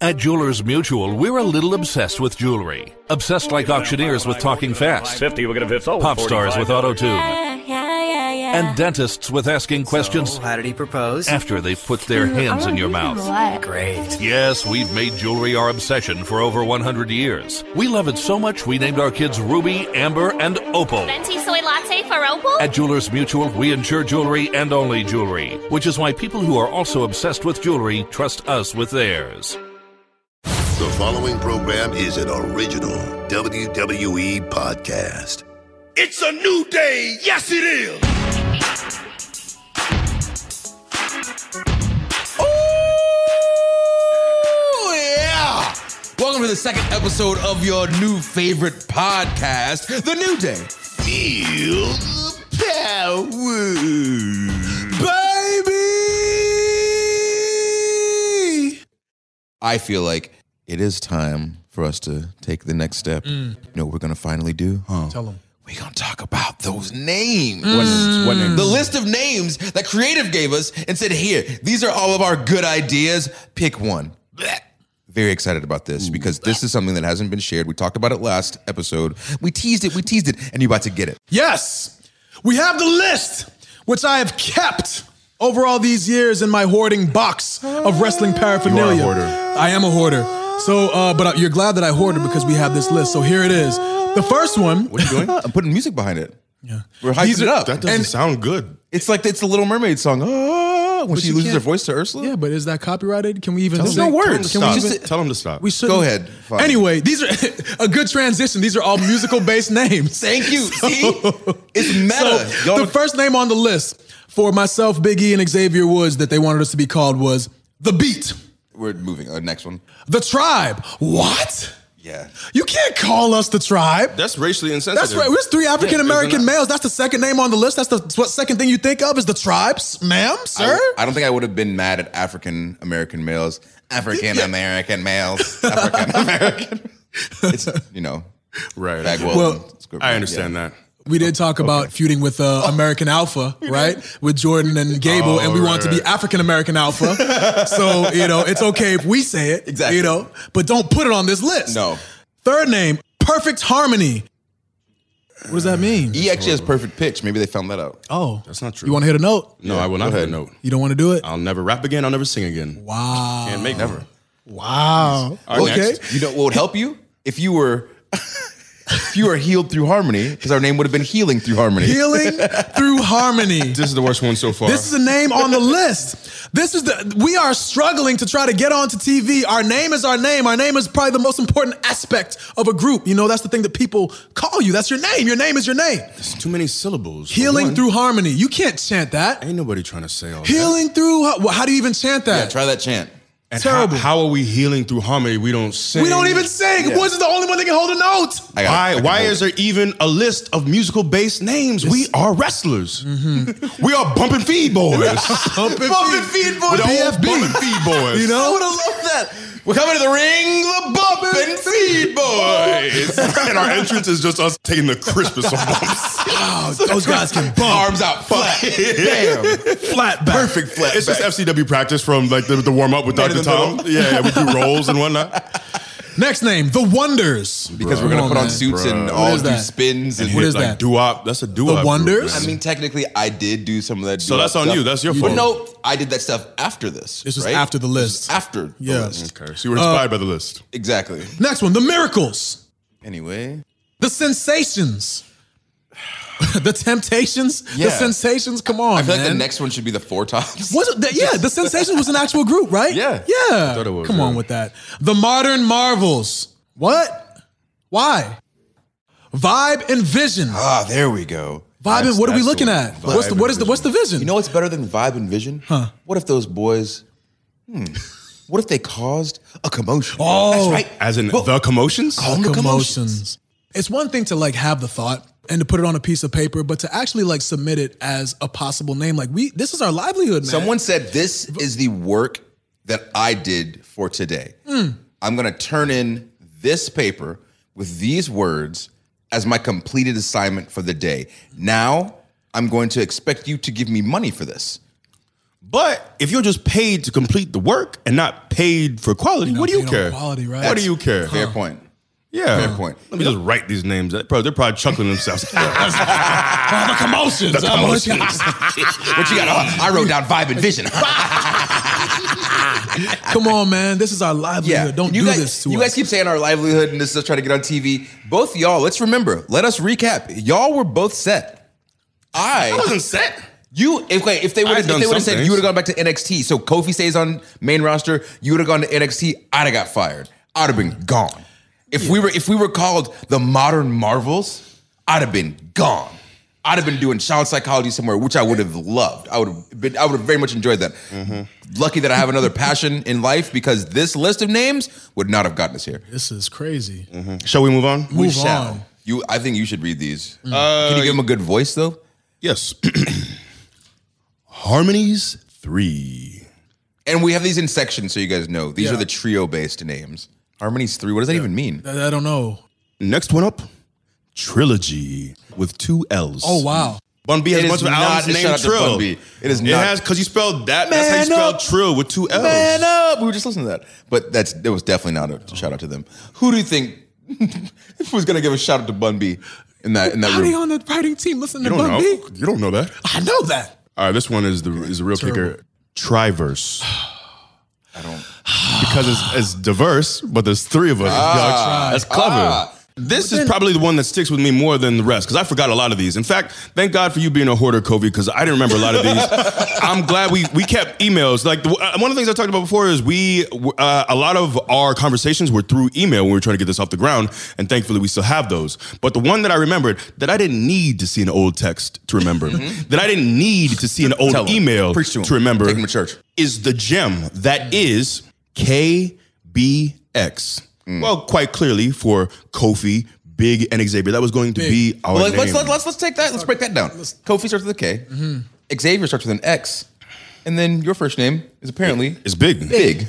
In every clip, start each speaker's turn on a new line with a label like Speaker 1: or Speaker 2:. Speaker 1: At Jewelers Mutual, we're a little obsessed with jewelry. Obsessed like auctioneers with talking fast,
Speaker 2: 50, we're going to sold.
Speaker 1: pop stars with auto tune,
Speaker 3: Yeah, yeah, yeah, yeah.
Speaker 1: and dentists with asking questions
Speaker 4: how did he propose?
Speaker 1: after they've put their hands in your mouth.
Speaker 4: Great.
Speaker 1: Yes, we've made jewelry our obsession for over 100 years. We love it so much we named our kids Ruby, Amber, and Opal.
Speaker 3: Venti soy latte for Opal?
Speaker 1: At Jewelers Mutual, we insure jewelry and only jewelry, which is why people who are also obsessed with jewelry trust us with theirs.
Speaker 5: The following program is an original WWE podcast.
Speaker 6: It's a new day. Yes, it is.
Speaker 5: Oh,
Speaker 7: Ooh, yeah! Welcome to the second episode of your new favorite podcast, The New Day.
Speaker 6: Feel the power.
Speaker 7: Baby! I feel like it is time for us to take the next step. You know what we're going to finally do? Mm. Tell them. We're going to talk about those names. Mm. The list of names that Creative gave us and said, here, these are all of our good ideas. Pick one. Blech. Very excited about this because this is something that hasn't been shared. We talked about it last episode. We teased it, we teased it, and you're about to get it.
Speaker 8: Yes, we have the list, which I have kept over all these years in my hoarding box of wrestling paraphernalia.
Speaker 7: Ah. You are a hoarder.
Speaker 8: I am a hoarder. So, uh, but you're glad that I hoarded because we have this list. So here it is. The first one.
Speaker 7: What are you doing? I'm putting music behind it. Yeah. We're hyping
Speaker 8: These are-
Speaker 7: it up.
Speaker 8: that
Speaker 7: and
Speaker 9: sound good.
Speaker 7: it's like it's the Little Mermaid song. Ah, when she
Speaker 8: you
Speaker 7: loses her
Speaker 8: can't-
Speaker 7: voice to Ursula.
Speaker 8: Yeah, but is that copyrighted? Can we even?
Speaker 7: There's no
Speaker 8: say-
Speaker 7: words.
Speaker 8: Can
Speaker 7: Stop.
Speaker 8: we even?
Speaker 7: Just-
Speaker 9: Tell him to stop.
Speaker 8: We should
Speaker 7: Go ahead. Fine.
Speaker 8: Anyway, these are a good transition. These are all musical based names.
Speaker 7: Thank you. See? It's meta.
Speaker 8: So
Speaker 7: Y'all-
Speaker 8: the first name on the list for myself, Big E, and Xavier Woods that they wanted us to be called was The Beat,
Speaker 7: We're moving. Uh, next one.
Speaker 8: The Tribe. What?
Speaker 7: Yeah.
Speaker 8: You can't call us The Tribe.
Speaker 9: That's racially insensitive.
Speaker 8: That's right. We're three African
Speaker 9: Yeah,
Speaker 8: American
Speaker 9: isn't it?
Speaker 8: males. That's the second name on the list. That's the what second thing you think of is the tribes, ma'am, sir.
Speaker 7: I, I don't think I would have been mad at African American males. African American males. African American. It's you know
Speaker 9: Right.
Speaker 7: Bagwell.
Speaker 8: Well,
Speaker 9: I understand that.
Speaker 8: we did talk about feuding with uh, American Alpha, right? With Jordan and Gable, and we
Speaker 9: right,
Speaker 8: wanted to be
Speaker 9: right.
Speaker 8: African American Alpha. so you know, it's okay if we say it,
Speaker 7: Exactly.
Speaker 8: You know, but don't put it on this list.
Speaker 7: No.
Speaker 8: Third name, Perfect Harmony. What does that mean?
Speaker 7: He actually E has perfect pitch. Maybe they found that out.
Speaker 8: Oh,
Speaker 9: E- That's not true. Uh,
Speaker 8: you want to hit a note?
Speaker 9: No, I will not have a note.
Speaker 8: You don't want to do it?
Speaker 9: I'll never rap again. I'll never sing again.
Speaker 8: Wow.
Speaker 9: Can't make never.
Speaker 8: Wow.
Speaker 7: okay. You know what would help you if you were if you were healed through harmony because our name would have been healing through harmony.
Speaker 8: Healing through harmony.
Speaker 9: This is the worst one so far.
Speaker 8: This is a name on the list. This is the we are struggling to try to get onto TV. Our name is our name. Our name is probably the most important aspect of a group. You know, that's the thing that people call you. That's your name. Your name is your name.
Speaker 9: It's too many syllables. for
Speaker 8: Healing
Speaker 9: one.
Speaker 8: through harmony. You can't chant that.
Speaker 9: Ain't nobody trying to say all
Speaker 8: Healing through har- well, how do you even chant
Speaker 7: Yeah,
Speaker 8: that?
Speaker 7: try that chant.
Speaker 9: that. And
Speaker 8: terrible.
Speaker 9: How, how are we healing through harmony? We don't sing.
Speaker 8: we don't even sing.
Speaker 7: Yeah.
Speaker 8: Woods is the only one that can hold a note.
Speaker 7: I got it. I
Speaker 9: Why?
Speaker 7: can
Speaker 9: Why
Speaker 7: hold
Speaker 9: is
Speaker 7: it.
Speaker 9: there even a list of musical based names? We are wrestlers. We are bumping feed boys.
Speaker 8: Bumping
Speaker 7: Bumping feed boys.
Speaker 9: We're the old
Speaker 8: BFB.
Speaker 9: bumping feed boys.
Speaker 8: You know?
Speaker 7: I would have loved that. We're coming to the ring, the bump and feed boys.
Speaker 9: and our entrance is just us taking the crispest of bumps.
Speaker 8: Oh, those guys can bump.
Speaker 7: Arms out, flat, bam,
Speaker 8: Flat back.
Speaker 7: perfect flat.
Speaker 9: It's
Speaker 7: back.
Speaker 9: just FCW practice from like the, the warm up with
Speaker 7: Right
Speaker 9: Dr.
Speaker 7: in the
Speaker 9: Tom.
Speaker 7: middle.
Speaker 9: Yeah, yeah, we do rolls and whatnot.
Speaker 8: Next name, The Wonders.
Speaker 7: because we're
Speaker 8: Come
Speaker 7: gonna put
Speaker 8: on,
Speaker 7: on
Speaker 8: man.
Speaker 7: suits and
Speaker 9: Bruh.
Speaker 7: all
Speaker 8: is
Speaker 7: do
Speaker 8: that?
Speaker 7: spins and
Speaker 8: What is that?
Speaker 9: Doo wop. That's a doo wop.
Speaker 8: Wonders?
Speaker 7: I mean, technically, I did do some of that.
Speaker 9: So
Speaker 7: doo-wop
Speaker 9: that's on
Speaker 7: stuff.
Speaker 9: you. That's your
Speaker 7: But
Speaker 9: fault.
Speaker 7: no, I did that stuff after this.
Speaker 8: This was
Speaker 7: right?
Speaker 8: after the list.
Speaker 7: After the
Speaker 8: Yeah.
Speaker 7: list.
Speaker 9: Okay, so you were inspired by the list.
Speaker 7: Exactly.
Speaker 8: Next one, The Miracles.
Speaker 7: Anyway,
Speaker 8: The Sensations. the Temptations.
Speaker 7: Yeah.
Speaker 8: The Sensations. Come on,
Speaker 7: I feel like
Speaker 8: man.
Speaker 7: the next one should be the four tops.
Speaker 8: was it that, yeah, the Sensations was an actual group, right?
Speaker 7: Yeah.
Speaker 8: Yeah.
Speaker 9: it was,
Speaker 8: Come on
Speaker 9: yeah.
Speaker 8: with that. The Modern Marvels. What? Why? Vibe and Vision. Vibe
Speaker 7: Ah, there we go.
Speaker 8: and what are we
Speaker 9: that's
Speaker 8: looking
Speaker 9: the
Speaker 8: at?
Speaker 9: vibe
Speaker 8: What's the what is the
Speaker 9: and
Speaker 8: what's the vision?
Speaker 7: You know what's better than vibe and vision? Huh? What if those boys? Hmm. What if they caused a commotion?
Speaker 8: Oh.
Speaker 7: that's right.
Speaker 9: As in
Speaker 7: Well,
Speaker 9: the commotions?
Speaker 7: Oh.
Speaker 8: the
Speaker 7: the
Speaker 8: commotions.
Speaker 7: commotions.
Speaker 8: It's one thing to like have the thought and to put it on a piece of paper, but to actually like submit it as a possible name. Like we this is our livelihood, man.
Speaker 7: Someone said this is the work that I did for today. I'm going to turn in this paper with these words as my completed assignment for the day. Now I'm going to expect you to give me money for this.
Speaker 9: But if you're just paid to complete the work and not paid for quality, what do you
Speaker 8: paid on
Speaker 9: care?
Speaker 8: quality, right?
Speaker 9: What do you care?
Speaker 7: Fair point.
Speaker 9: Yeah.
Speaker 7: Fair point.
Speaker 9: Let me just write these names. They're probably, they're probably chuckling themselves.
Speaker 8: the commotions.
Speaker 9: The commotions.
Speaker 7: What you got? Oh, I wrote down vibe and vision.
Speaker 8: Come on, man. This is our livelihood. Don't
Speaker 7: you
Speaker 8: do
Speaker 7: guys,
Speaker 8: this to
Speaker 7: You
Speaker 8: us.
Speaker 7: guys keep saying our livelihood and this is trying to get on TV. Both y'all, let's remember. Let us recap. Y'all were both set. I,
Speaker 9: I wasn't set.
Speaker 7: you if wait, if they would
Speaker 9: I had
Speaker 7: have
Speaker 9: done
Speaker 7: they would have
Speaker 9: some
Speaker 7: said
Speaker 9: things.
Speaker 7: you would have gone back to NXT. So Kofi stays on main roster. You would have gone to NXT. I'd have got fired. I'd have been gone. If we were if we were called the modern Marvels, I'd have been gone. I'd have been doing child psychology somewhere, which I would have loved. I would have been. I would have very much enjoyed that. Lucky that I have another passion in life because this list of names would not have gotten us here.
Speaker 8: this is crazy.
Speaker 7: Mm.
Speaker 9: Shall we move on?
Speaker 8: Move on.
Speaker 7: You, I think you should read these. Can you give them a good voice though?
Speaker 9: Yes. Harmonies three.
Speaker 7: And we have these in sections so you guys know. These
Speaker 8: Yeah.
Speaker 7: are the trio based names. Harmonies three. What does that even mean?
Speaker 8: I, I don't know.
Speaker 9: Next one up, trilogy with two L's.
Speaker 8: Oh wow.
Speaker 9: Bun B
Speaker 7: It
Speaker 9: has
Speaker 7: is
Speaker 9: a bunch of
Speaker 7: not-
Speaker 9: L's
Speaker 7: shout
Speaker 9: named
Speaker 7: out to Bun
Speaker 9: Trill.
Speaker 7: B. It is
Speaker 9: it
Speaker 7: not-
Speaker 9: has because you spelled that. that's how you
Speaker 7: Man
Speaker 9: spell
Speaker 7: up.
Speaker 9: Trill with two L's.
Speaker 7: Man up. We were just listening to that. But that's that was definitely not a shout out to them. Who do you think was gonna give a shout out to Bun B in that in that
Speaker 8: How they
Speaker 7: room?
Speaker 8: on the writing team? Listen to
Speaker 9: You don't
Speaker 8: Bun
Speaker 9: know.
Speaker 8: B.
Speaker 9: You don't know that.
Speaker 8: I know that.
Speaker 9: All right, this one is the is the real
Speaker 8: Terrible.
Speaker 9: kicker. Triverse.
Speaker 7: I don't
Speaker 9: because it's, it's diverse, but there's three of us.
Speaker 7: Uh,
Speaker 9: that's clever.
Speaker 7: Ah.
Speaker 9: This is probably the one that sticks with me more than the rest because I forgot a lot of these. In fact, thank God for you being a hoarder, Kobe, because I didn't remember a lot of these. I'm glad we we kept emails. Like the, uh, one of the things I talked about before is we uh, a lot of our conversations were through email when we were trying to get this off the ground, and thankfully we still have those. But the one that I remembered that I didn't need to see an old text to remember, that I didn't need to see an old
Speaker 7: Mm-hmm. Tell 'em.
Speaker 9: email
Speaker 7: Preach to 'em.
Speaker 9: remember,
Speaker 7: Take 'em to church.
Speaker 9: is the gem that is KBX. Well, quite clearly for Kofi, Big, and Xavier, that was going to be our
Speaker 7: Well, let's, let's,
Speaker 9: name.
Speaker 7: let's, let's, let's take that. Let's break that down. Kofi starts with a K. Xavier starts with an X. And then your first name is apparently
Speaker 9: it's big.
Speaker 7: Big.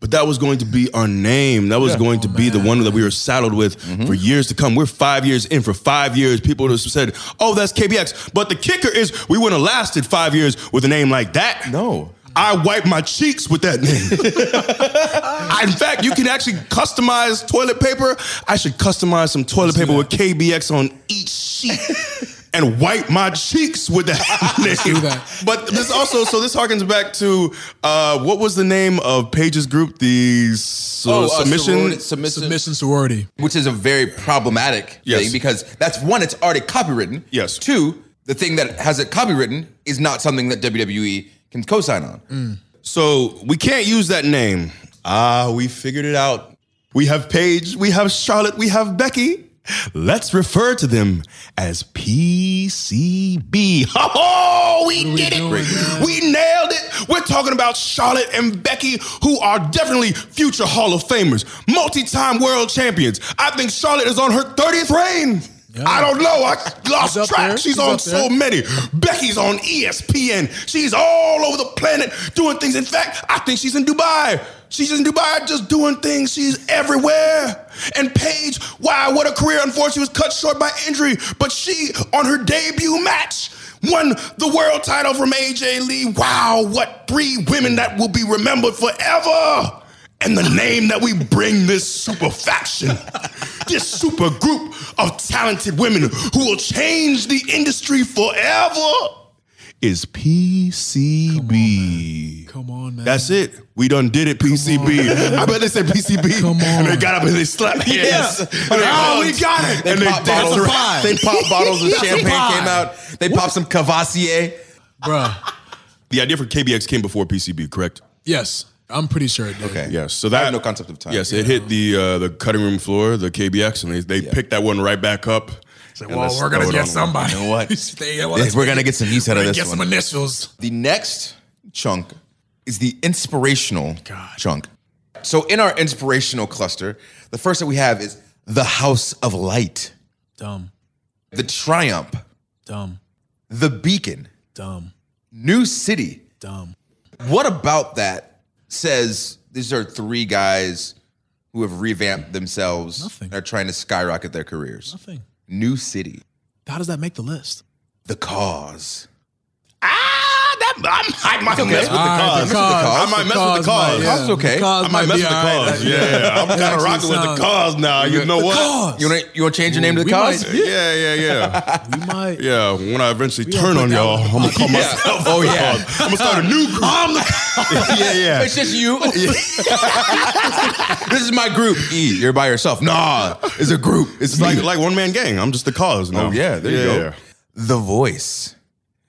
Speaker 9: But that was going to be our name. That was going to be
Speaker 7: Oh,
Speaker 9: the one that we were saddled with
Speaker 7: Mm-hmm.
Speaker 9: for years to come. We're five years in. For five years, people just said, oh, that's KBX. But the kicker is we wouldn't have lasted five years with a name like that.
Speaker 7: No.
Speaker 9: I wipe my cheeks with that name. I- in fact, you can actually customize toilet paper. I should customize some toilet paper with KBX on each sheet and wipe my cheeks with that name.
Speaker 8: that.
Speaker 9: But this also, so this harkens back to uh, what was the name of Paige's group? The su-
Speaker 7: Oh, uh,
Speaker 9: submission.
Speaker 7: sorority- submission.
Speaker 8: Submission sorority.
Speaker 7: which is a very problematic
Speaker 9: Yes.
Speaker 7: thing because that's one, it's already copywritten.
Speaker 9: Yes.
Speaker 7: Two, the thing that has it copywritten is not something that WWE can co-sign on.
Speaker 9: So we can't use that name. Ah, we figured it out. We have Paige, we have Charlotte, we have Becky. Let's refer to them as PCB. Oh, we
Speaker 8: we
Speaker 9: did it.
Speaker 8: doing, man?
Speaker 9: We nailed it. We're talking about Charlotte and Becky, who are definitely future Hall of Famers, multi time world champions. I think Charlotte is on her 30th reign. I don't know. I lost
Speaker 8: up
Speaker 9: track.
Speaker 8: there.
Speaker 9: She's,
Speaker 8: She's
Speaker 9: on
Speaker 8: up there.
Speaker 9: so many. Becky's on E ESPN. She's all over the planet doing things. In fact, I think she's in Dubai. She's in Dubai just doing things. She's everywhere. And Paige, wow, what a career. Unfortunately, she was cut short by injury, but she, on her debut match, won the world title from AJ Lee. Wow, what three women that will be remembered forever. And the name that we bring this super faction, this super group of talented women who will change the industry forever is PCB.
Speaker 8: Come on, man.
Speaker 9: That's it. We done did it, PCB. I bet they said PCB.
Speaker 8: Come
Speaker 9: And they
Speaker 8: on.
Speaker 9: got up and they slapped hands.
Speaker 7: Yes.
Speaker 9: And they, oh, we got it.
Speaker 7: They
Speaker 9: and
Speaker 7: pop bottles.
Speaker 9: danced
Speaker 8: vibe.
Speaker 7: They pop bottles of
Speaker 8: That's a
Speaker 7: champagne
Speaker 8: vibe.
Speaker 7: came out. They pop some Cavassier.
Speaker 8: Bruh.
Speaker 9: The idea for KBX came before PCB, correct?
Speaker 8: Yes. I'm pretty sure it did.
Speaker 7: Okay.
Speaker 9: Yes. So
Speaker 7: I
Speaker 9: that
Speaker 7: have no concept of time.
Speaker 9: Yes, it hit the uh, the cutting room floor, the KBX, and they, they picked that one right back up. And
Speaker 8: well,
Speaker 9: let's
Speaker 8: we're gonna
Speaker 9: throw it
Speaker 8: get
Speaker 9: on.
Speaker 8: somebody.
Speaker 7: know what?
Speaker 8: Stay- well,
Speaker 7: Yes,
Speaker 8: let's
Speaker 7: We're gonna get some use out of
Speaker 8: get
Speaker 7: this
Speaker 8: some
Speaker 7: one.
Speaker 8: initials.
Speaker 7: The next chunk is the inspirational
Speaker 8: God.
Speaker 7: chunk. So in our inspirational cluster, the first that we have is the House of Light,
Speaker 8: Dumb.
Speaker 7: the Triumph,
Speaker 8: Dumb.
Speaker 7: the Beacon,
Speaker 8: Dumb.
Speaker 7: New City.
Speaker 8: Dumb.
Speaker 7: What about that says these are three guys who have revamped themselves
Speaker 8: Nothing.
Speaker 7: and are trying to skyrocket their careers?
Speaker 8: Nothing.
Speaker 7: New City,
Speaker 8: How does that make the list?
Speaker 7: the cause.
Speaker 9: Ah, that I, I might mess with the
Speaker 8: All right,
Speaker 9: cause.
Speaker 8: the cause.
Speaker 9: I might mess with the cause.
Speaker 8: might-
Speaker 7: Cause is okay.
Speaker 8: The
Speaker 9: I might mess with
Speaker 8: be
Speaker 9: the
Speaker 8: all right.
Speaker 9: cause.
Speaker 8: That-
Speaker 9: Yeah, I'm kind of
Speaker 8: actually
Speaker 9: rocking with the
Speaker 8: sounds-
Speaker 9: cause now. You know what?
Speaker 8: Cause.
Speaker 7: You want to you wanna change your name to the
Speaker 8: We
Speaker 7: cause?
Speaker 8: might-
Speaker 9: Yeah, yeah, yeah.
Speaker 8: We might.
Speaker 9: Yeah, when I eventually turn on y'all, I'm gonna call myself.
Speaker 7: Oh,
Speaker 9: the
Speaker 7: yeah.
Speaker 9: Cause. I'm gonna start a new group. I'm the Yeah, yeah.
Speaker 7: It's just you. this is my group. E, you're by yourself. Nah, it's a group. It's
Speaker 9: It's like
Speaker 7: like,
Speaker 9: like one man gang. I'm just the cause now.
Speaker 7: oh yeah, there you go.
Speaker 9: yeah.
Speaker 7: The Voice.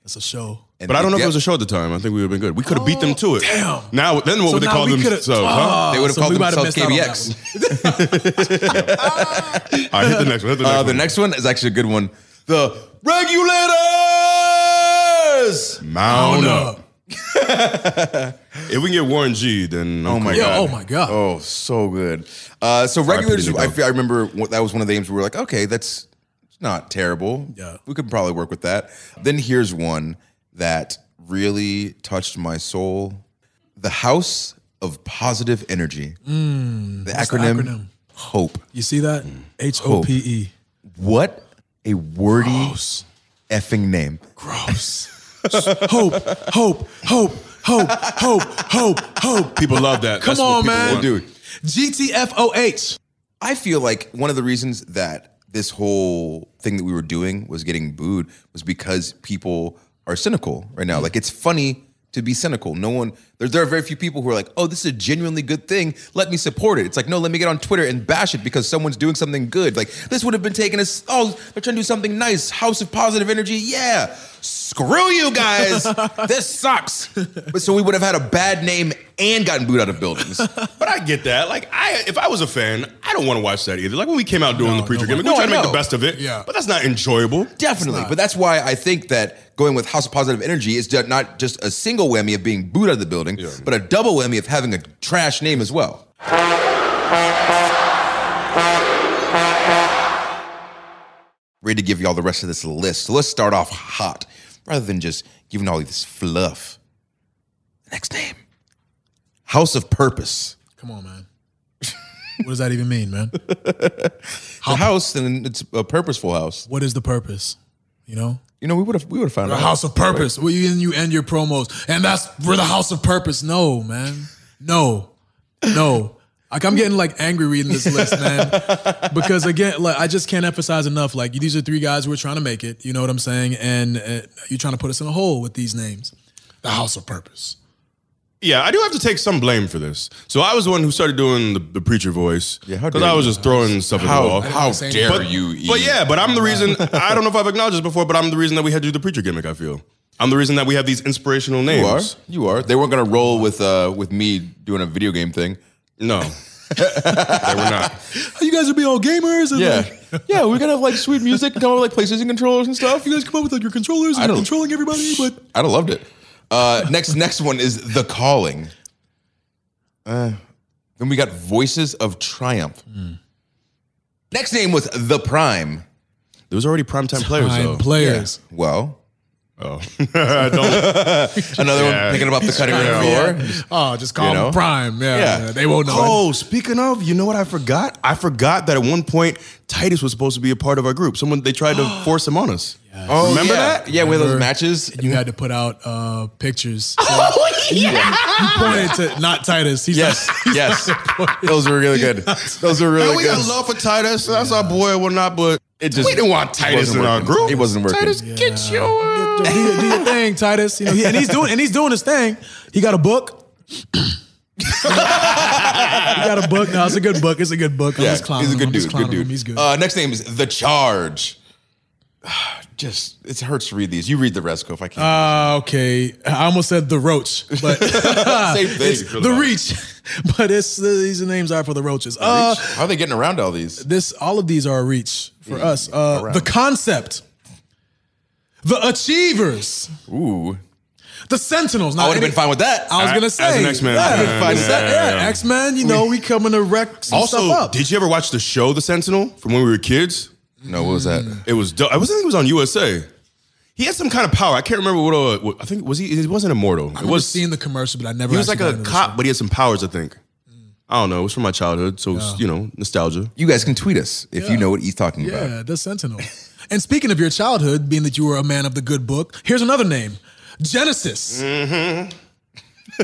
Speaker 8: That's a show.
Speaker 7: And
Speaker 9: But I don't know if it was a
Speaker 7: depth-
Speaker 9: show at the time. I think we would have been good. We could have beat them to it. Oh, Damn. Now then, what
Speaker 8: So
Speaker 9: would they
Speaker 8: now
Speaker 9: call
Speaker 8: we coulda-
Speaker 9: themselves?
Speaker 8: Ah,
Speaker 9: huh?
Speaker 7: They would have
Speaker 8: So
Speaker 7: called
Speaker 8: we might have
Speaker 7: themselves
Speaker 8: missed
Speaker 7: KBX.
Speaker 8: out
Speaker 9: All right, hit the next one. Hit the next
Speaker 7: Uh,
Speaker 9: one.
Speaker 7: the next one is actually a good one. The Regulators.
Speaker 9: Mount
Speaker 8: Oh,
Speaker 9: up. if we can get Warren G, then oh
Speaker 7: my
Speaker 8: Yo, oh my God.
Speaker 7: Oh, so good. Uh, so regulators,
Speaker 9: Nick
Speaker 7: I,
Speaker 9: Dog.
Speaker 7: feel, I remember what, that was one of the names we were like, okay, that's not terrible.
Speaker 8: Yeah.
Speaker 7: we could probably work with that. Then here's one that really touched my soul: the House of Positive Energy. the, acronym,
Speaker 8: acronym?
Speaker 7: HOPE.
Speaker 8: You see that?
Speaker 7: Hmm.
Speaker 8: H O P E.
Speaker 7: What a wordy
Speaker 8: Gross.
Speaker 7: effing name.
Speaker 8: Gross. hope, hope, hope, hope, hope, hope, hope.
Speaker 9: People love that.
Speaker 8: Come
Speaker 9: That's what
Speaker 8: on,
Speaker 9: people
Speaker 8: man.
Speaker 9: want.
Speaker 7: Dude,
Speaker 8: GTFOH.
Speaker 7: I feel like one of the reasons that this whole thing that we were doing was getting booed was because people are cynical right now. Like it's funny to be cynical. No one there, there are very few people who are like, "Oh, this is a genuinely good thing. Let me support it." It's like, "No, let me get on Twitter and bash it because someone's doing something good." Like this would have been taken as, "Oh, they're trying to do something nice. House of positive energy." Yeah. Screw you guys. this sucks. But so we would have had a bad name and gotten booed out of buildings.
Speaker 9: But I get that. Like, I if I was a fan, I don't want to watch that either. Like when we came out doing the preacher gimmick,
Speaker 7: No,
Speaker 9: we tried
Speaker 7: I
Speaker 9: to make
Speaker 7: know.
Speaker 9: the best of it.
Speaker 8: Yeah.
Speaker 9: But that's not enjoyable.
Speaker 7: Definitely. But that's why I think that going with House of Positive Energy is ju- not just a single whammy of being booed out of the building, but a double whammy of having a trash name as well. Ready to give y'all the rest of this list. So let's start off hot rather than just giving all this fluff. Next name House of Purpose.
Speaker 8: Come on, man. What does that even mean, man?
Speaker 7: The house, and it's a purposeful house.
Speaker 8: What is the purpose? You know?
Speaker 7: You know, we would have we would have found
Speaker 8: The
Speaker 7: out.
Speaker 8: house of purpose. Well, you you end your promos, and that's we're the house of purpose. No, man, no, no. Like I'm getting like angry reading this list, man, because again, like I just can't emphasize enough. Like these are three guys who are trying to make it. You know what I'm saying? And uh, you're trying to put us in a hole with these names. The house of purpose.
Speaker 9: Yeah, I do have to take some blame for this. So I was the one who started doing the, the preacher voice.
Speaker 7: Yeah, how
Speaker 9: because
Speaker 7: dare
Speaker 9: I was
Speaker 7: you.
Speaker 9: just throwing stuff at the
Speaker 7: How,
Speaker 9: wall.
Speaker 7: how
Speaker 8: But-
Speaker 7: dare
Speaker 9: but,
Speaker 7: you?
Speaker 9: But
Speaker 7: Ian.
Speaker 9: yeah, but I'm the reason. I don't know if I've acknowledged this before, but I'm the reason that we had to do the preacher gimmick. I feel I'm the reason that we have these inspirational names.
Speaker 7: You are. You are. They weren't gonna roll with uh with me doing a video game thing.
Speaker 9: No, they were not.
Speaker 8: Oh, you guys would be all gamers. And like,
Speaker 7: yeah. We're gonna have like sweet music and all like PlayStation controllers and stuff.
Speaker 8: you guys come up with like your controllers
Speaker 7: I
Speaker 8: and
Speaker 7: don't-
Speaker 8: controlling everybody, but
Speaker 7: I'd have loved it. Uh, next next one is the calling. Uh, then we got voices of triumph. Next name was the prime.
Speaker 9: There was already primetime players though.
Speaker 8: Fine players.
Speaker 7: Well,
Speaker 9: oh, don't.
Speaker 7: another
Speaker 9: Yeah.
Speaker 7: one picking up the cutting room
Speaker 8: Yeah.
Speaker 7: floor.
Speaker 8: Oh, just call
Speaker 7: You know?
Speaker 8: them prime. Yeah,
Speaker 7: Yeah.
Speaker 8: yeah, they won't know.
Speaker 9: Oh, speaking of, you know what I forgot? I forgot that at one point Titus was supposed to be a part of our group. Someone they tried to force him on us.
Speaker 7: Oh,
Speaker 9: Remember
Speaker 7: yeah.
Speaker 9: that?
Speaker 7: Yeah, we had those
Speaker 8: Remember.
Speaker 7: matches.
Speaker 8: you had to put out uh, pictures. Oh, yeah. You pointed to not Titus. He's
Speaker 7: Yes,
Speaker 8: like-
Speaker 7: yes. Those were really good. Those were really
Speaker 9: Man, we
Speaker 7: good.
Speaker 9: got love for Titus. That's our boy, and whatnot. But
Speaker 7: It just
Speaker 9: we didn't want Titus
Speaker 7: wasn't
Speaker 9: in our
Speaker 7: working.
Speaker 9: group.
Speaker 7: It wasn't working.
Speaker 9: Titus, get your.
Speaker 8: do, your, do your thing, Titus. You know, he- and he's doing and he's doing his thing. He got a book. he got a book. No, it's a good book. It's a good book. I'm
Speaker 7: Yeah,
Speaker 8: just clowning
Speaker 7: he's a
Speaker 8: him.
Speaker 7: good
Speaker 8: I'm
Speaker 7: dude.
Speaker 8: just
Speaker 7: good
Speaker 8: clowning
Speaker 7: dude.
Speaker 8: him. He's good.
Speaker 7: Uh, next name is The Charge. Just it hurts to read these. You read the rest, Kof. I can't.
Speaker 8: Uh, okay, I almost said the roach, but
Speaker 7: Same thing.
Speaker 8: it's the reach. But it's uh, these names are for the roaches. Uh,
Speaker 7: How are they getting around all these?
Speaker 8: this all of these are a reach for us. Uh, the concept, the achievers,
Speaker 7: Ooh,
Speaker 8: the sentinels. Now,
Speaker 7: I would have
Speaker 8: any-
Speaker 7: been fine with that.
Speaker 8: I was
Speaker 9: As-
Speaker 8: gonna
Speaker 9: as
Speaker 8: say
Speaker 9: an X-Men
Speaker 8: Yeah,
Speaker 9: fan,
Speaker 8: X-Men,
Speaker 7: yeah,
Speaker 8: yeah,
Speaker 9: yeah, yeah.
Speaker 8: X Men. You know, we coming to wreck some stuff
Speaker 9: Also,
Speaker 8: up.
Speaker 9: did you ever watch the show The Sentinel from when we were kids? Mm.
Speaker 7: No, what was that?
Speaker 9: It was. dope. I was I think it was on USA. He had some kind of power. I can't remember what. Uh, what I think was he. He wasn't immortal.
Speaker 8: I
Speaker 9: It
Speaker 8: remember
Speaker 9: was.
Speaker 8: seeing the commercial, but I never.
Speaker 9: He was
Speaker 8: actually got
Speaker 9: like a
Speaker 8: into this
Speaker 9: cop, but he had some powers. I think.
Speaker 8: Mm.
Speaker 9: I don't know. It was from my childhood, so it's, you know, nostalgia.
Speaker 7: You guys can tweet us if you know what he's talking
Speaker 8: one.
Speaker 7: about.
Speaker 8: Yeah, the Sentinel. and speaking of your childhood, being that you were a man of the good book, here's another name: Genesis.
Speaker 9: Mm-hmm.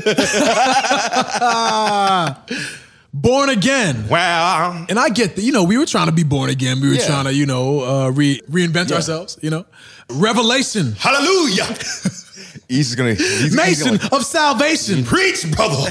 Speaker 8: born again.
Speaker 9: Wow.
Speaker 8: And I get that, you know, we were trying to be born again. We were
Speaker 7: Yeah.
Speaker 8: trying to, you know, uh, re- reinvent ourselves, you know. Revelation.
Speaker 9: Hallelujah.
Speaker 7: He's gonna. He's, he's
Speaker 8: Nation
Speaker 7: gonna,
Speaker 8: of salvation.
Speaker 9: Preach, brother.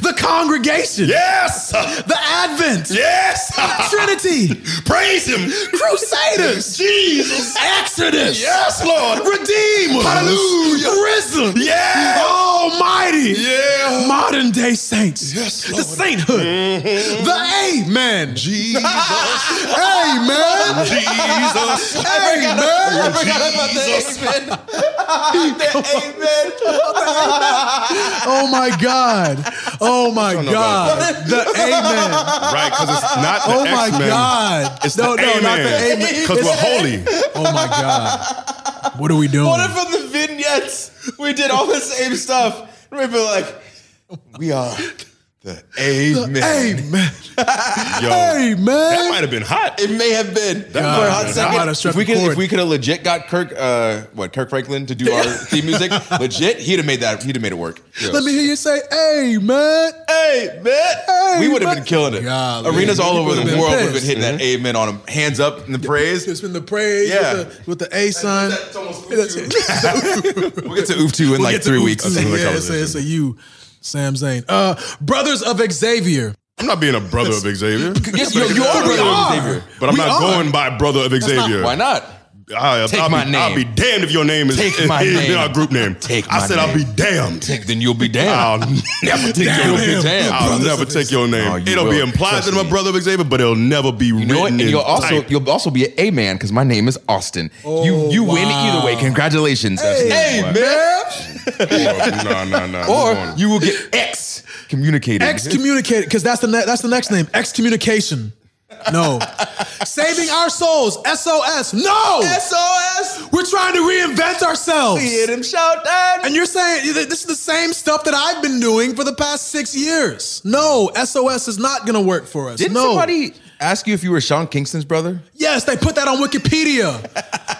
Speaker 8: The congregation.
Speaker 9: Yes.
Speaker 8: The Advent.
Speaker 9: Yes.
Speaker 8: Trinity.
Speaker 9: Praise him.
Speaker 8: Crusaders.
Speaker 9: Jesus.
Speaker 8: Exodus.
Speaker 9: Yes, Lord.
Speaker 8: Redeemer.
Speaker 9: Hallelujah.
Speaker 8: Risen. Oh.
Speaker 9: Yeah.
Speaker 8: Almighty.
Speaker 9: Yeah.
Speaker 8: Modern day saints.
Speaker 9: Yes,
Speaker 8: The
Speaker 9: Lord.
Speaker 8: sainthood. The Amen.
Speaker 9: Jesus.
Speaker 8: Amen.
Speaker 9: Jesus.
Speaker 8: Amen.
Speaker 9: Jesus.
Speaker 8: Oh my God. Oh my
Speaker 9: know about
Speaker 8: God. The Amen.
Speaker 9: Right, because it's not the
Speaker 8: Oh my
Speaker 9: X-Men.
Speaker 8: God.
Speaker 9: It's
Speaker 8: no,
Speaker 9: the
Speaker 8: no, not the
Speaker 9: Amen.
Speaker 8: Amen.
Speaker 9: Because
Speaker 8: It's
Speaker 9: we're
Speaker 8: the-
Speaker 9: holy.
Speaker 8: Oh my God. What are we doing?
Speaker 2: What if on the vignettes we did all the same stuff? And we'd be like,
Speaker 7: we are the amen.
Speaker 8: Amen.
Speaker 9: Yo,
Speaker 8: Amen.
Speaker 9: that might have been hot.
Speaker 2: it may have been
Speaker 8: God,
Speaker 2: for a
Speaker 8: man,
Speaker 2: hot
Speaker 8: I
Speaker 2: second.
Speaker 8: might have struck
Speaker 7: If we
Speaker 8: a
Speaker 7: could,
Speaker 8: chord.
Speaker 7: if we could have legit got Kirk, uh, what Kirk Franklin to do our theme music, legit, he'd have made that. He'd have made it work.
Speaker 8: Let me hear you say Amen.
Speaker 7: Hey, man. We would have been killing it.
Speaker 8: Golly.
Speaker 7: Arenas all over
Speaker 8: People
Speaker 7: the
Speaker 8: would've been
Speaker 7: world would have been
Speaker 8: pissed.
Speaker 7: hitting that amen on him. Hands up in the praise.
Speaker 8: It's been the praise
Speaker 7: Yeah.
Speaker 8: with, the, with the A sign.
Speaker 7: That's almost We'll get to Oof 2 in like
Speaker 8: Get to
Speaker 7: three
Speaker 8: Oop
Speaker 7: weeks.
Speaker 8: Two. Yeah, it's a, it's a you, Sam Zane. Uh, Brothers of Xavier.
Speaker 9: I'm not being a brother of Xavier.
Speaker 7: Yes, you, you are
Speaker 8: We
Speaker 7: brother
Speaker 8: are.
Speaker 7: of Xavier.
Speaker 9: But I'm
Speaker 8: We
Speaker 9: not
Speaker 8: are.
Speaker 9: going by brother of Xavier.
Speaker 7: Why not?
Speaker 9: I,
Speaker 7: Take
Speaker 9: will
Speaker 7: my
Speaker 9: be,
Speaker 7: name.
Speaker 9: I'll be damned if your name is,
Speaker 7: Take
Speaker 9: is-
Speaker 7: my
Speaker 9: is
Speaker 7: name.
Speaker 9: our group name.
Speaker 7: Take
Speaker 9: I
Speaker 7: my
Speaker 9: said I'll be
Speaker 7: name.
Speaker 9: damned.
Speaker 7: Then you'll be
Speaker 9: I'll
Speaker 7: damned.
Speaker 9: never take
Speaker 7: Damn
Speaker 9: your
Speaker 7: him.
Speaker 9: name.
Speaker 7: Damn.
Speaker 9: I'll
Speaker 7: Brothers
Speaker 9: never
Speaker 7: of
Speaker 9: take your name.
Speaker 7: No, you
Speaker 9: it'll be
Speaker 7: will.
Speaker 9: implied
Speaker 7: Trust
Speaker 9: that I'm a
Speaker 7: me.
Speaker 9: brother of Xavier, but it'll never be
Speaker 7: You
Speaker 9: written
Speaker 7: know what? And
Speaker 9: in
Speaker 7: you'll also
Speaker 9: type.
Speaker 7: you'll also be an A man because my name is Austin. you you win
Speaker 8: Oh, wow.
Speaker 7: either way. Congratulations. Hey,
Speaker 9: no, no, no.
Speaker 7: Or you will get X communicated.
Speaker 8: Excommunicated, because that's the ne- that's the next name. Excommunication. No. Saving our souls. SOS. No.
Speaker 2: SOS.
Speaker 8: We're trying to reinvent ourselves.
Speaker 2: Hit him, shout down.
Speaker 8: And you're saying that this is the same stuff that I've been doing for the past six years. No, SOS is not gonna work for us.
Speaker 7: Didn't
Speaker 8: no.
Speaker 7: somebody ask you if you were Sean Kingston's brother?
Speaker 8: Yes, they put that on Wikipedia.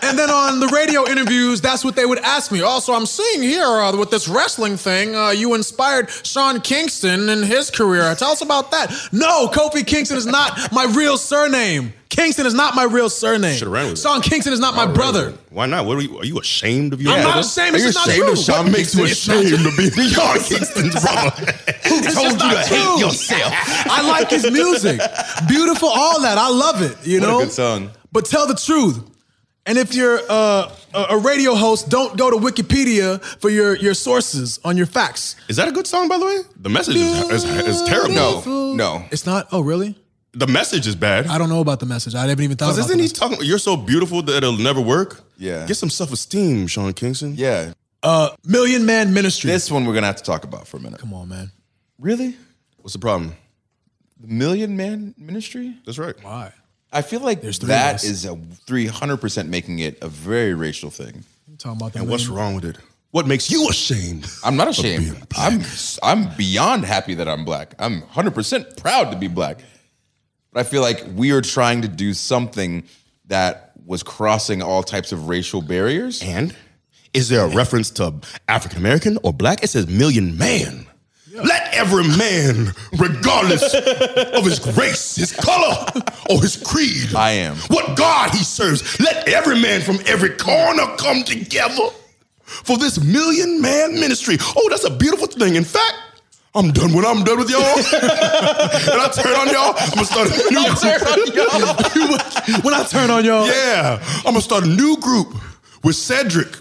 Speaker 8: and then on the radio interviews, that's what they would ask me. Also, I'm seeing here uh, with this wrestling thing, uh, you inspired Sean Kingston in his career. Tell us about that. No, Kofi Kingston is not my real surname. Kingston is not my real surname.
Speaker 9: Should've ran with it.
Speaker 8: Sean Kingston is not my brother.
Speaker 9: Why not? What are you? Are you ashamed of your?
Speaker 8: I'm not
Speaker 9: brother?
Speaker 8: ashamed.
Speaker 7: Are
Speaker 8: It's
Speaker 7: you
Speaker 8: just not
Speaker 7: ashamed
Speaker 8: true.
Speaker 7: of Sean
Speaker 9: What makes you
Speaker 7: Kingston?
Speaker 9: ashamed to be John Kingston's brother? Who
Speaker 8: It's just not true. I like his music. Beautiful, all that. I love it. You
Speaker 7: What a
Speaker 8: know,
Speaker 7: good song.
Speaker 8: But tell the truth. And if you're uh, a, a radio host, don't go to Wikipedia for your your sources on your facts.
Speaker 9: Is that a good song, by the way? The message is, is, is terrible.
Speaker 7: No, no.
Speaker 8: It's not. Oh, really?
Speaker 9: The message is bad.
Speaker 8: I don't know about the message. I haven't even thought
Speaker 9: Because
Speaker 8: about.
Speaker 9: isn't
Speaker 8: the
Speaker 9: he
Speaker 8: message.
Speaker 9: talking? You're so beautiful that it'll never work.
Speaker 7: Yeah.
Speaker 9: Get some self esteem, Sean Kingston.
Speaker 7: Yeah.
Speaker 8: Uh, Million Man Ministry.
Speaker 7: This one we're gonna have to talk about for a minute.
Speaker 8: Come on, man.
Speaker 7: Really?
Speaker 9: What's the problem?
Speaker 7: The Million Man Ministry?
Speaker 9: That's right.
Speaker 8: Why?
Speaker 7: I feel like
Speaker 8: three of us.
Speaker 7: that is a 300% making it a very racial thing.
Speaker 8: I'm talking about the
Speaker 9: And what's
Speaker 8: million-
Speaker 9: wrong with it? What makes you ashamed?
Speaker 7: I'm not ashamed.
Speaker 9: being
Speaker 7: I'm I'm beyond happy that I'm black. I'm 100% proud to be black. But I feel like we are trying to do something that was crossing all types of racial barriers.
Speaker 9: And is there a reference to African American or black? It says million man. Let every man, regardless of his race, his color, or his creed,
Speaker 7: I am.
Speaker 9: what God he serves, let every man from every corner come together for this million man ministry. Oh, that's a beautiful thing. In fact, I'm done when I'm done with y'all. and I turn on y'all, I'm gonna start a new
Speaker 8: when I turn on y'all,
Speaker 9: yeah, I'm gonna start a new group with Cedric,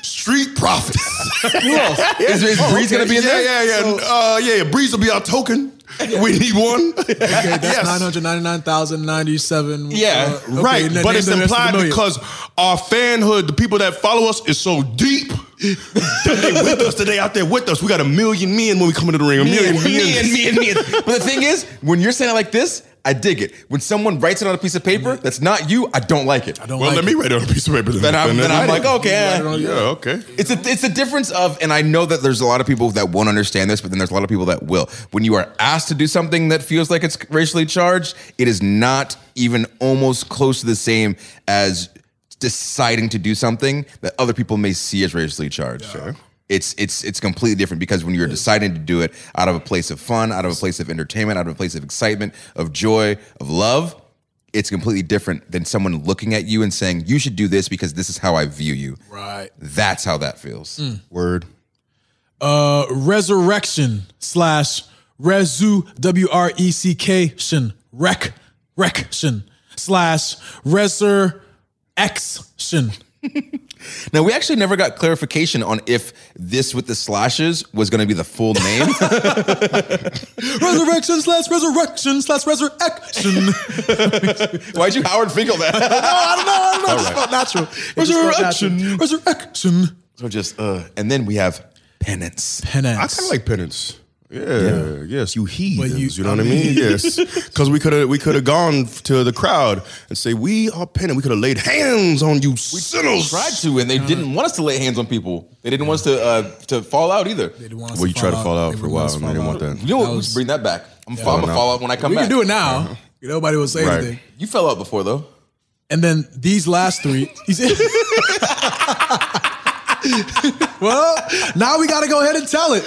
Speaker 9: Street Profits.
Speaker 7: Who else? Is, is Breeze gonna be in
Speaker 9: yeah,
Speaker 7: there?
Speaker 9: Yeah, yeah, uh, yeah. Breeze will be our token. We need one.
Speaker 8: okay, that's nine hundred ninety-nine thousand ninety-seven. uh,
Speaker 7: Yeah,
Speaker 8: okay,
Speaker 9: right,
Speaker 8: and then
Speaker 9: but
Speaker 8: name
Speaker 9: it's
Speaker 8: the rest of the
Speaker 9: implied
Speaker 8: million.
Speaker 9: because our fanhood, the people that follow us, is so deep. that they with us today, out there with us. We got a million men when we come into the ring. A
Speaker 7: Me
Speaker 9: million
Speaker 7: and
Speaker 9: men.
Speaker 7: me and me and me. and- But the thing is, when you're saying it like this, I dig it. When someone writes it on a piece of paper that's not you, I don't like it. Mm-hmm. I
Speaker 8: don't
Speaker 9: Well,
Speaker 8: like
Speaker 9: let me write it on a piece of paper.
Speaker 7: Then I'm, then I'm like, okay.
Speaker 8: it on-
Speaker 9: yeah, okay.
Speaker 7: It's a, it's the difference of, and I know that there's a lot of people that won't understand this, but then there's a lot of people that will. When you are asked to do something that feels like it's racially charged, it is not even almost close to the same as deciding to do something that other people may see as racially charged. Sure. It's it's it's completely different because when you're deciding to do it out of a place of fun, out of a place of entertainment, out of a place of excitement, of joy, of love, it's completely different than someone looking at you and saying you should do this because this is how I view you.
Speaker 8: Right.
Speaker 7: That's how that feels.
Speaker 8: Mm.
Speaker 9: Word.
Speaker 8: Uh, resurrection slash resu w r e c k shin rec rection slash resur action.
Speaker 7: Now we actually never got clarification on if this with the slashes was going to be the full name.
Speaker 8: Resurrection slash resurrection slash resurrection.
Speaker 7: Why'd you Howard Finkel that?
Speaker 8: I don't know. I don't know. It just felt natural.
Speaker 7: Resurrection.
Speaker 8: Resurrection. Resurrection.
Speaker 7: so just uh, and then we have penance.
Speaker 8: Penance.
Speaker 9: I kind of like penance. Yeah, yes, you heathens.
Speaker 8: you-
Speaker 9: You, know what I mean? yes, because we could have we could have gone f- to the crowd and say we are penitent. We could have laid hands on you sinners.
Speaker 7: tried to, and they
Speaker 8: Uh-huh.
Speaker 7: didn't want us to lay hands on people. They didn't want us to uh, to fall out either.
Speaker 8: Didn't want us
Speaker 9: Well, you tried to fall out
Speaker 8: They
Speaker 9: for a
Speaker 8: wouldn't let
Speaker 9: while,
Speaker 8: us
Speaker 9: and
Speaker 8: fall
Speaker 9: they didn't
Speaker 8: out.
Speaker 9: want that.
Speaker 7: You know, what? bring that back. I'm fall- I'm gonna fall out when I come
Speaker 8: We
Speaker 7: back.
Speaker 8: can do it now. Nobody will say
Speaker 9: Right.
Speaker 8: anything.
Speaker 7: You fell out before though.
Speaker 8: And then these last three. He's well, now we got to go ahead and tell it.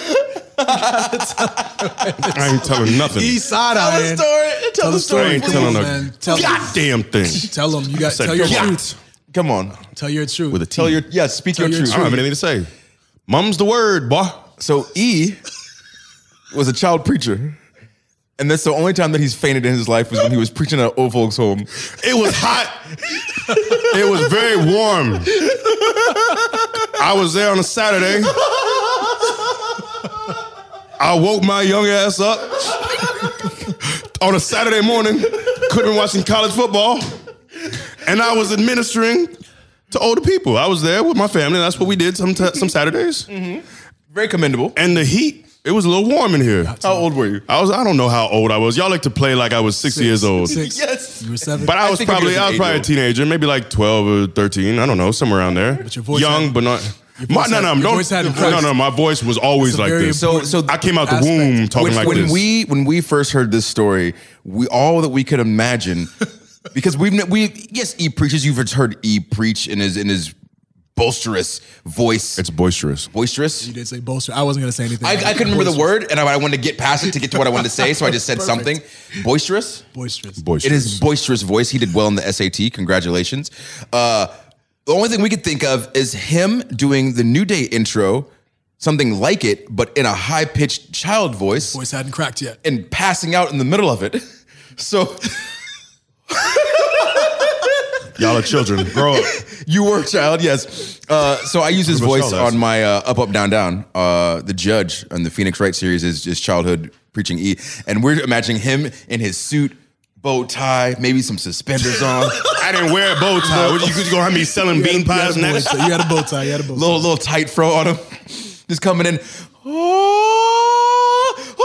Speaker 9: I ain't telling nothing.
Speaker 8: East side tell the
Speaker 7: story. Tell,
Speaker 8: the story,
Speaker 9: I ain't
Speaker 8: please,
Speaker 9: telling a
Speaker 8: man. Tell,
Speaker 9: goddamn thing.
Speaker 8: tell them. You got to
Speaker 9: said
Speaker 8: tell your
Speaker 9: God.
Speaker 8: truth.
Speaker 7: Come on.
Speaker 8: Tell your truth.
Speaker 9: With a
Speaker 7: Tell
Speaker 9: T.
Speaker 7: your yeah. Speak
Speaker 8: Tell
Speaker 7: your
Speaker 8: your
Speaker 7: truth.
Speaker 9: I don't have anything to say. Mum's the word, boy.
Speaker 7: So E was a child preacher. And that's the only time that he's fainted in his life was when he was preaching at an old folks' home.
Speaker 9: It was hot. it was very warm. I was there on a Saturday. I woke my young ass up on a Saturday morning. Could have been watching college football. And I was administering to older people. I was there with my family. That's what we did some, some Saturdays.
Speaker 7: Very commendable.
Speaker 9: And the heat, it was a little warm in here.
Speaker 7: How old were you?
Speaker 9: I was I don't know how old I was. Y'all like to play like I was six, years old.
Speaker 8: Six.
Speaker 7: Yes.
Speaker 8: You were seven.
Speaker 9: But I was
Speaker 7: think of you
Speaker 9: probably
Speaker 7: as an
Speaker 9: I was probably a
Speaker 7: eight-year-old.
Speaker 9: teenager, maybe like twelve or thirteen. I don't know, somewhere around there. But
Speaker 8: your voice
Speaker 9: young,
Speaker 8: had-
Speaker 9: but not.
Speaker 8: voice
Speaker 9: My, no,
Speaker 8: had-
Speaker 9: no,
Speaker 8: your
Speaker 9: don't-
Speaker 8: voice had
Speaker 9: no, no.
Speaker 8: voice.
Speaker 9: My voice was always
Speaker 8: It's a
Speaker 9: like
Speaker 8: very
Speaker 9: this.
Speaker 7: So, so
Speaker 9: I came out the
Speaker 8: aspect.
Speaker 9: womb talking
Speaker 7: when,
Speaker 9: like
Speaker 7: when
Speaker 9: this.
Speaker 7: we when we first heard this story, we all that we could imagine, because we've ne- we yes, E preaches. You've heard E preach in his in his boisterous voice.
Speaker 9: it's boisterous.
Speaker 7: boisterous.
Speaker 8: you did say bolster. I wasn't going to say anything.
Speaker 7: I, I couldn't remember the word, and I, I wanted to get past it to get to what I wanted to say, so I just said something. Boisterous.
Speaker 8: Boisterous.
Speaker 9: Boisterous.
Speaker 7: It is boisterous voice. He did well in the SAT. Congratulations. Uh, the only thing we could think of is him doing the New Day intro, something like it, but in a high pitched child voice,
Speaker 8: Voice hadn't cracked yet.
Speaker 7: and passing out in the middle of it. So
Speaker 9: Y'all are children. Grow up.
Speaker 7: you were a child, yes. Uh, so I use his
Speaker 9: Pretty much
Speaker 7: voice
Speaker 9: all that.
Speaker 7: on my uh, Up Up Down Down. Uh, the judge on the Phoenix Wright series is just childhood preaching E, and we're imagining him in his suit, bow tie, maybe some suspenders on.
Speaker 9: I didn't wear a bow tie. What, you, you gonna have me selling bean pies
Speaker 8: you, had a
Speaker 9: next?
Speaker 8: bow tie. you had a bow tie. You had a bow tie.
Speaker 7: little little tight fro on him, just coming in. Oh,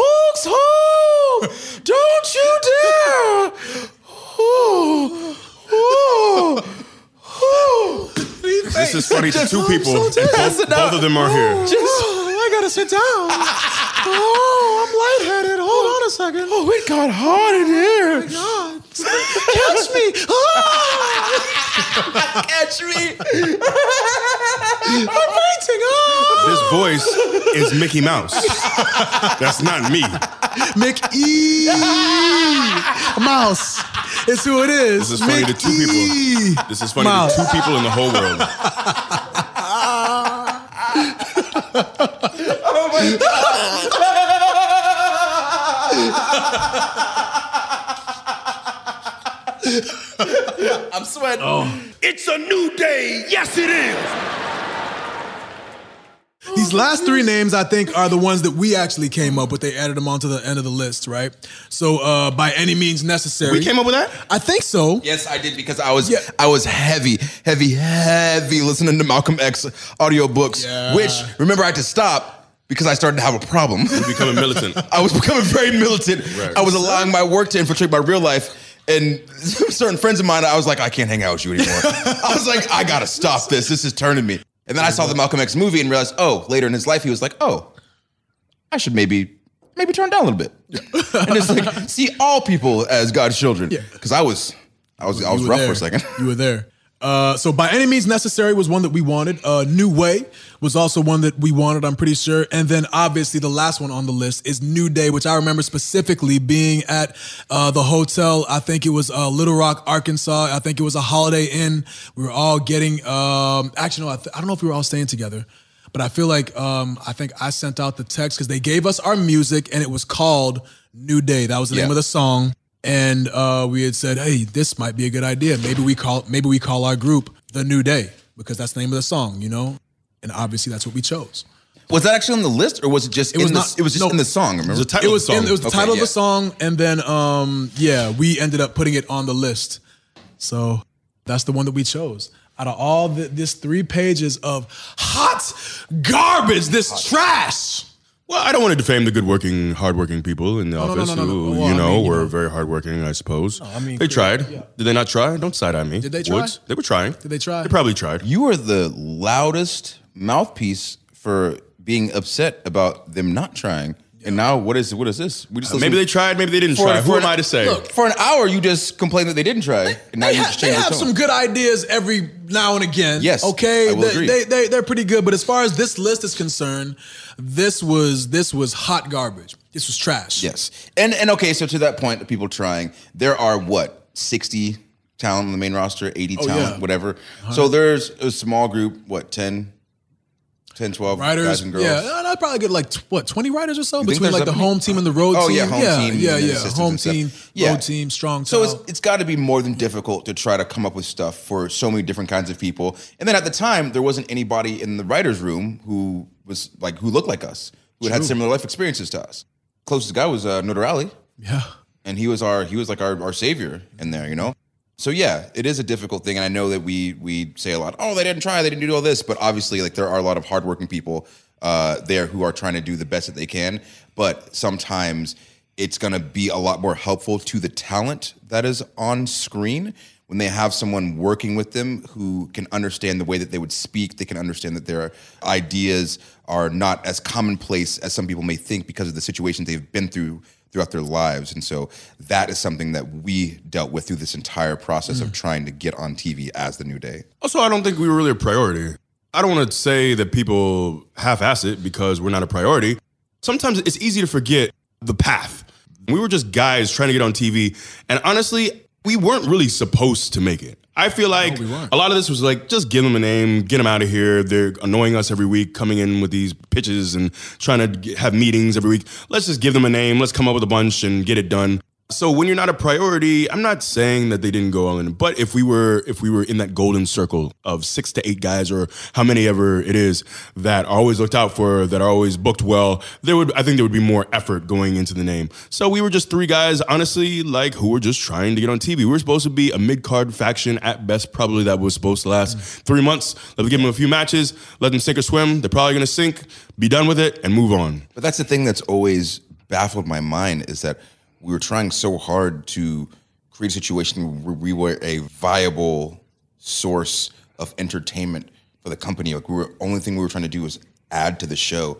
Speaker 7: oh, folks, home! Don't you dare! Oh, oh, oh.
Speaker 9: This is funny to
Speaker 7: Just-
Speaker 9: two
Speaker 7: I'm
Speaker 9: people.
Speaker 7: so
Speaker 9: and
Speaker 7: tired.
Speaker 9: both, both of them are here.
Speaker 7: Just, I gotta sit down. oh, I'm lightheaded. Hold on a second. Oh, it got hot in here.
Speaker 9: Oh
Speaker 7: Catch me. Ah! Catch me. I'm fainting. Ah!
Speaker 9: This voice is Mickey Mouse. That's not me.
Speaker 8: McE
Speaker 7: Ah!
Speaker 8: Mouse. It's who it is.
Speaker 9: This is funny to two people.
Speaker 8: McE.
Speaker 9: This is funny
Speaker 8: Mouse.
Speaker 9: to two people in the whole world.
Speaker 7: I'm sweating.
Speaker 6: Oh. It's a new day. Yes, it is.
Speaker 8: These last three names, I think, are the ones that we actually came up with. They added them onto the end of the list, right? So, uh, by any means necessary.
Speaker 9: We came up with that?
Speaker 8: I think so.
Speaker 7: Yes, I did because I was
Speaker 8: Yeah.
Speaker 7: I was heavy, heavy, heavy listening to Malcolm X audiobooks,
Speaker 8: Yeah.
Speaker 7: which remember I had to stop because I started to have a problem.
Speaker 9: Becoming militant.
Speaker 7: I was becoming very militant.
Speaker 9: Right.
Speaker 7: I was allowing my work to infiltrate my real life. And certain friends of mine, I was like, I can't hang out with you anymore. I was like, I gotta stop this. This is turning me. And then I saw the Malcolm X movie and realized, oh, later in his life, he was like, oh, I should maybe, maybe turn down a little bit. and it's like, see all people as God's children. Because I was, I was, I was
Speaker 8: You were
Speaker 7: rough
Speaker 8: there.
Speaker 7: for a second.
Speaker 8: You were there. Uh, so by any means necessary was one that we wanted. Uh, New Way was also one that we wanted. I'm pretty sure. And then obviously the last one on the list is New Day, which I remember specifically being at uh, the hotel. I think it was uh, Little Rock, Arkansas. I think it was a Holiday Inn. We were all getting. Um, actually, no, I, th- I don't know if we were all staying together. But I feel like um, I think I sent out the text because they gave us our music and it was called New Day. That was the name of the song, and uh, we had said, "Hey, this might be a good idea. Maybe we call maybe we call our group the New Day because that's the name of the song, you know." And obviously, that's what we chose.
Speaker 7: Was that actually on the list, or was it just
Speaker 8: was
Speaker 7: in the?
Speaker 8: not-
Speaker 7: It was just
Speaker 8: no.
Speaker 7: in the song. Remember,
Speaker 9: There's a title
Speaker 8: It was
Speaker 9: song.
Speaker 8: in, it was the
Speaker 7: Okay,
Speaker 8: title of
Speaker 7: yeah.
Speaker 8: the song, and then um, yeah, we ended up putting it on the list. So that's the one that we chose. Out of all the, this three pages of hot garbage, this trash.
Speaker 9: Well, I don't want to defame the good working, hardworking people in the
Speaker 8: no,
Speaker 9: office
Speaker 8: no, no, no.
Speaker 9: who,
Speaker 8: Well, I
Speaker 9: you know,
Speaker 8: mean, you
Speaker 9: were
Speaker 8: know.
Speaker 9: very hardworking, I suppose.
Speaker 8: I mean,
Speaker 9: they
Speaker 8: clearly,
Speaker 9: tried.
Speaker 8: yeah.
Speaker 9: Did they not try? Don't side eye me.
Speaker 8: Did they try?
Speaker 9: Woods, they were trying. Did
Speaker 8: they try?
Speaker 9: They probably tried.
Speaker 7: you are the loudest mouthpiece for being upset about them not trying. And now, what is what is this? We just
Speaker 9: Maybe they tried, maybe they didn't
Speaker 7: For-
Speaker 9: try.
Speaker 7: for
Speaker 9: Who am
Speaker 7: an-
Speaker 9: I to say?
Speaker 7: Look, for an hour, you just complained that they didn't try, and now
Speaker 8: they,
Speaker 7: you
Speaker 8: ha-
Speaker 7: just
Speaker 8: they
Speaker 7: changed
Speaker 8: have
Speaker 7: the tone.
Speaker 8: some good ideas every now and again.
Speaker 7: Yes,
Speaker 8: Okay.
Speaker 7: I will
Speaker 8: they,
Speaker 7: agree.
Speaker 8: They, they they're pretty good, but as far as this list is concerned, this was this was hot garbage. This was trash.
Speaker 7: Yes. And and okay, so to that point of people trying, there are what, 60 talent on the main roster, 80
Speaker 8: Oh,
Speaker 7: talent,
Speaker 8: yeah.
Speaker 7: whatever. So there's a small group, what, 10, 10, 12
Speaker 8: Writers,
Speaker 7: guys and girls.
Speaker 8: yeah, and I probably get like tw- what twenty writers or so
Speaker 7: think
Speaker 8: between
Speaker 7: there's
Speaker 8: like
Speaker 7: that
Speaker 8: the
Speaker 7: many?
Speaker 8: home team and the road
Speaker 7: Oh,
Speaker 8: team.
Speaker 7: yeah, home team
Speaker 8: yeah,
Speaker 7: and
Speaker 8: yeah.
Speaker 7: assistants
Speaker 8: Home
Speaker 7: and stuff.
Speaker 8: team,
Speaker 7: Yeah.
Speaker 8: road team, strong.
Speaker 7: So it's
Speaker 8: towel.
Speaker 7: it's got to be more than difficult to try to come up with stuff for so many different kinds of people. And then at the time, there wasn't anybody in the writers' room who was like who looked like us, who had had similar life experiences to us. Closest guy was uh, Notarali.
Speaker 8: yeah.
Speaker 7: and he was our he was like our, our savior in there you know so yeah it is a difficult thing and i know that we we say a lot oh they didn't try they didn't do all this but obviously like there are a lot of hardworking people uh there who are trying to do the best that they can but sometimes it's going to be a lot more helpful to the talent that is on screen when they have someone working with them who can understand the way that they would speak, they can understand that their ideas are not as commonplace as some people may think because of the situations they've been through throughout their lives. And so that is something that we dealt with through this entire process of trying to get on TV as the new day.
Speaker 9: Also, I don't think we were really a priority. I don't want to say that people half-ass it because we're not a priority. Sometimes it's easy to forget the path. We were just guys trying to get on TV, and honestly, we weren't really supposed to make it. I feel like a lot of this was like just give them a name, get them out of here. They're annoying us every week, coming in with these pitches and trying to g- have meetings every week. Let's just give them a name. Let's come up with a bunch and get it done. So when you're not a priority, I'm not saying that they didn't go all in, but if we were if we were in that golden circle of six to eight guys or how many ever it is that are always looked out for, that are always booked well, there would I think there would be more effort going into the name. So we were just three guys, honestly, like who were just trying to get on TV. We were supposed to be a mid card faction at best, probably that was supposed to last three months. Let's give them a few matches, let them sink or swim. They're probably gonna sink, be done with it, and move on.
Speaker 7: But that's the thing that's always baffled my mind is that we were trying so hard to create a situation where we were a viable source of entertainment for the company. Like we were only thing we were trying to do was add to the show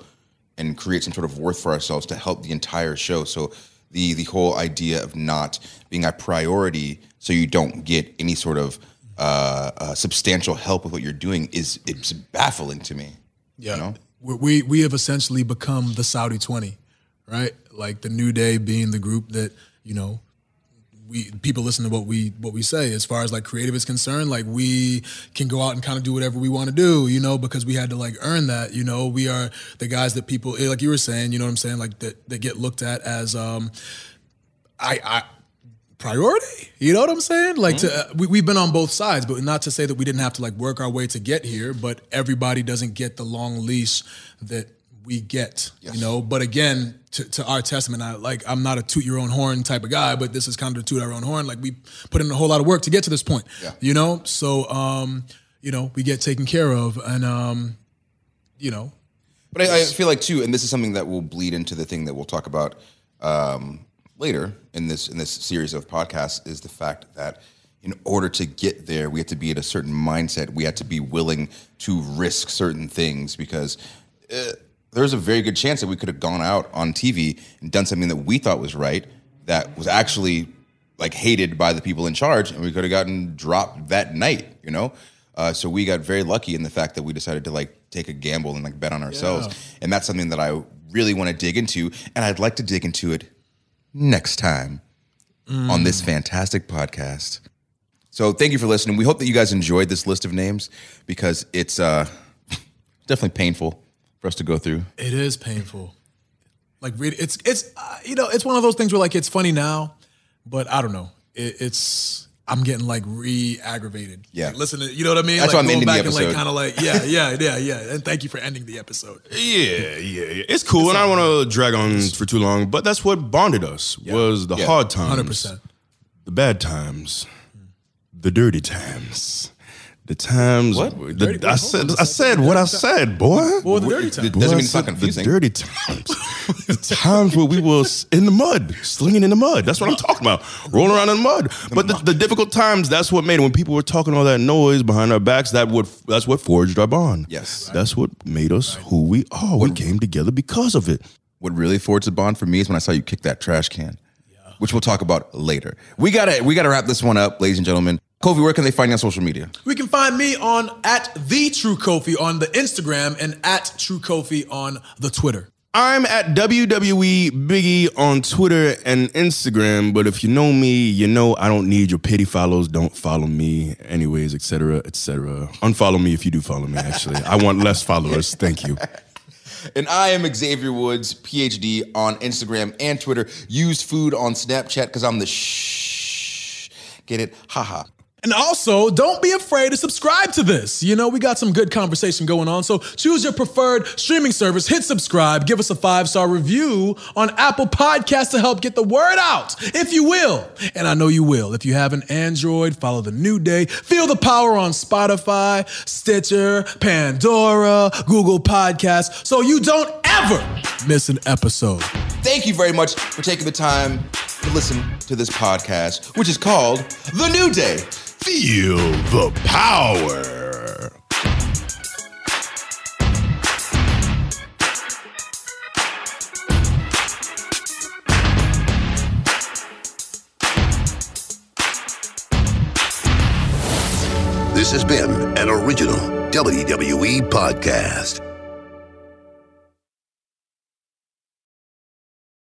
Speaker 7: and create some sort of worth for ourselves to help the entire show. So the the whole idea of not being a priority, so you don't get any sort of uh, uh, substantial help with what you're doing, is it's baffling to me.
Speaker 8: Yeah.
Speaker 7: know?
Speaker 8: We, we we have essentially become the Saudi 20, right? Like the New Day being the group that, you know, we people listen to what we what we say as far as like creative is concerned like we can go out and kind of do whatever we want to do you know because we had to like earn that you know we are the guys that people eh, like you were saying you know what i'm saying like that that get looked at as um i i priority. You know what I'm saying? Like to, uh, we, we've been on both sides, but not to say that we didn't have to like work our way to get here, but everybody doesn't get the long leash that we get, you know? But again, to, to our testament, I like, I'm not a toot your own horn type of guy, but this is kind of a toot our own horn. Like we put in a whole lot of work to get to this point, you know? So, um, you know, we get taken care of and, um, you know,
Speaker 7: But I, I feel like too, and this is something that will bleed into the thing that we'll talk about um, later in this in this series of podcasts is the fact that in order to get there, we have to be at a certain mindset. We have to be willing to risk certain things because uh, there's a very good chance that we could have gone out on TV and done something that we thought was right that was actually like hated by the people in charge, and we could have gotten dropped that night, you know. Uh, so we got very lucky in the fact that we decided to like take a gamble and like bet on ourselves, and that's something that I really want to dig into, and I'd like to dig into it next time on this fantastic podcast. So thank you for listening. We hope that you guys enjoyed this list of names because it's uh, definitely painful for us to go through.
Speaker 8: It is painful. Like read it's it's uh, you know it's one of those things where like it's funny now, but I don't know. It, it's I'm getting like re-aggravated.
Speaker 7: Yeah.
Speaker 8: like, listen to you know what I mean.
Speaker 7: That's
Speaker 8: like
Speaker 7: why I'm ending the
Speaker 8: and like
Speaker 7: episode.
Speaker 8: kind of like yeah yeah yeah yeah. And thank you for ending the episode.
Speaker 9: Yeah, yeah, yeah. It's cool, and I don't want to drag on for too long, but that's what bonded us was the
Speaker 7: Yeah.
Speaker 9: hard times,
Speaker 8: Hundred percent.
Speaker 9: the bad times, the dirty times, the times.
Speaker 7: What?
Speaker 9: the- I said, I said what I said, boy.
Speaker 8: Well, the dirty time.
Speaker 7: Doesn't mean
Speaker 9: Boy, I
Speaker 7: it's not
Speaker 9: said
Speaker 7: confusing.
Speaker 9: The dirty times, the times where we was in the mud, slinging in the mud. That's what I'm talking about, rolling around in the mud. But the, the difficult times, that's what made it. When people were talking all that noise behind our backs, that would that's what forged our bond.
Speaker 7: Yes.
Speaker 9: that's what made us who we are. We came together because of it.
Speaker 7: What really forged the bond for me is when I saw you kick that trash can, which we'll talk about later. We gotta we gotta wrap this one up, ladies and gentlemen. Kofi, where can they find you on social media?
Speaker 8: We can find me on at the True Kofi on the Instagram and at True Kofi on the Twitter.
Speaker 9: I'm at WWE Biggie on Twitter and Instagram, but if you know me, you know I don't need your pity follows. Don't follow me, anyways, etc., etc. Unfollow me if you do follow me. Actually, I want less followers. Thank you.
Speaker 7: And I am Xavier Woods, PhD, on Instagram and Twitter. Use food on Snapchat because I'm the shh. Get it? Haha.
Speaker 8: And also, don't be afraid to subscribe to this. You know, we got some good conversation going on. So choose your preferred streaming service, hit subscribe, give us a five star review on Apple Podcasts to help get the word out, if you will. And I know you will. If you have an Android, follow the new day. Feel the power on Spotify, Stitcher, Pandora, Google Podcasts, so you don't ever miss an episode.
Speaker 7: Thank you very much for taking the time to listen to this podcast, which is called The New Day.
Speaker 9: Feel the power.
Speaker 5: This has been an original WWE E podcast.